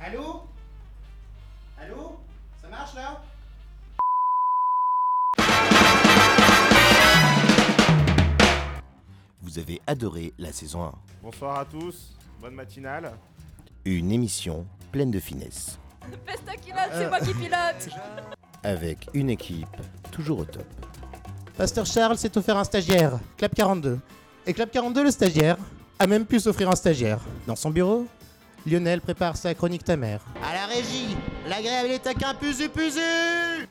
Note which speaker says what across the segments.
Speaker 1: Allô Allô Ça marche là
Speaker 2: Vous avez adoré la saison 1,
Speaker 3: Bonsoir à tous, bonne matinale.
Speaker 2: une émission pleine de finesse,
Speaker 4: Pesta pilote, c'est moi qui pilote
Speaker 1: Euh,
Speaker 2: avec une équipe toujours au top.
Speaker 1: Pasteur Charles s'est offert un stagiaire, Clap 42. Et Clap 42, le stagiaire, a même pu s'offrir un stagiaire. Dans son bureau, Lionel prépare sa chronique ta mère. À la régie, l'agréable est à qu'un puzu puzu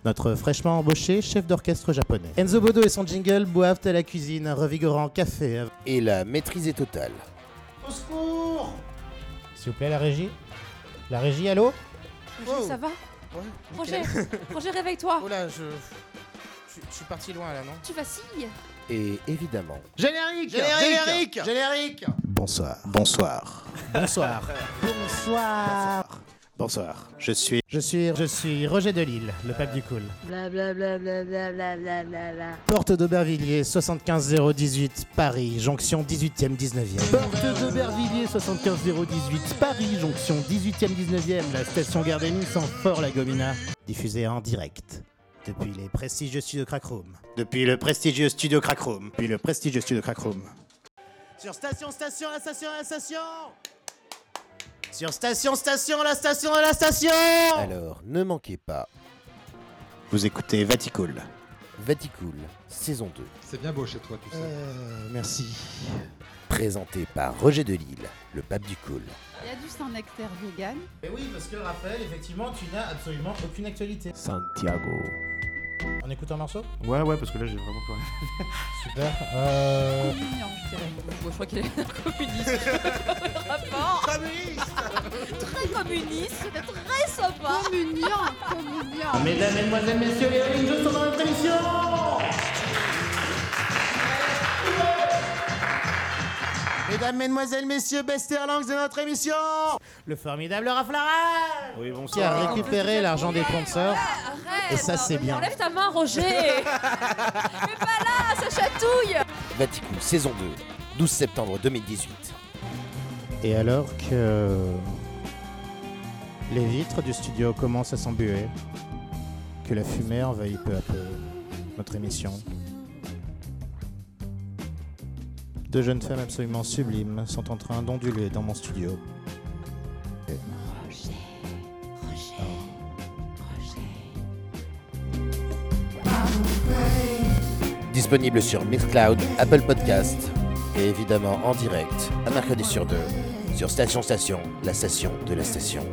Speaker 1: Notre fraîchement embauché chef d'orchestre japonais. Enzo Bodo et son jingle boivent à la cuisine un revigorant café.
Speaker 2: Et la maîtrise est totale.
Speaker 1: Au secours S'il vous plaît, la régie La régie, allô
Speaker 4: Roger,
Speaker 1: Oh.
Speaker 4: ça va Roger, Roger, réveille-toi
Speaker 1: là, je... Je suis parti loin là, non
Speaker 4: Tu vacilles
Speaker 2: Et évidemment,
Speaker 1: Générique Générique Générique
Speaker 2: bonsoir. Bonsoir.
Speaker 1: Bonsoir. Bonsoir.
Speaker 2: Bonsoir. Je suis
Speaker 1: Je suis, je suis Roger Delille, le pape du cool.
Speaker 5: Blablabla. Bla, bla, bla, bla, bla, bla.
Speaker 1: Porte d'Aubervilliers, 75018, Paris, jonction 18e, 19e. Porte d'Aubervilliers, 75018, Paris, jonction 18e, 19e, la station Gare des Nice en Fort-la-Gomina. Diffusée en direct. Depuis les prestigieux studios Crackroom. Depuis le prestigieux studio Crackroom. Puis le prestigieux studio Crackroom. Sur station, station, la station, la station Sur station, station, la station, la station
Speaker 2: Alors, ne manquez pas
Speaker 1: Vous écoutez Vaticool.
Speaker 2: Vaticool saison 2,
Speaker 6: C'est bien beau chez toi, tu sais.
Speaker 1: Euh, merci.
Speaker 2: présenté par Roger Delille, le pape du cool.
Speaker 7: Il y a juste un nectar vegan.
Speaker 1: Mais oui, parce que Raphaël, effectivement, tu n'as absolument aucune actualité.
Speaker 2: Santiago.
Speaker 1: On écoute un morceau
Speaker 3: Ouais, ouais, parce que là j'ai vraiment plus rien.
Speaker 1: Super. Euh...
Speaker 7: Communion, je dirais. Bon, je crois qu'il est communiste. Rapport Très communiste, c'est très sympa Communion Communion
Speaker 1: Ah, Mesdames, mesdemoiselles, messieurs, les Rolling Stones sont dans notre émission Mesdames, mesdemoiselles, messieurs, Bester Langs de notre émission Le formidable Raph Lara
Speaker 3: Oui, bon
Speaker 1: Qui a récupéré l'argent des sponsors.
Speaker 4: Arrête
Speaker 1: Et ça, c'est bien.
Speaker 4: Enlève ta main, Roger Mais pas là, ça chatouille
Speaker 2: Vaticool saison 2, 12 septembre 2018.
Speaker 1: Et alors que les vitres du studio commencent à s'embuer, que la fumée envahit peu à peu notre émission, deux jeunes femmes absolument sublimes sont en train d'onduler dans mon studio.
Speaker 2: Disponible sur Mixcloud, Apple Podcast et évidemment en direct, un mercredi sur deux, sur Station Station, la station de la station.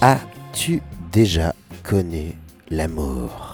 Speaker 2: Ah, As-tu déjà connu l'amour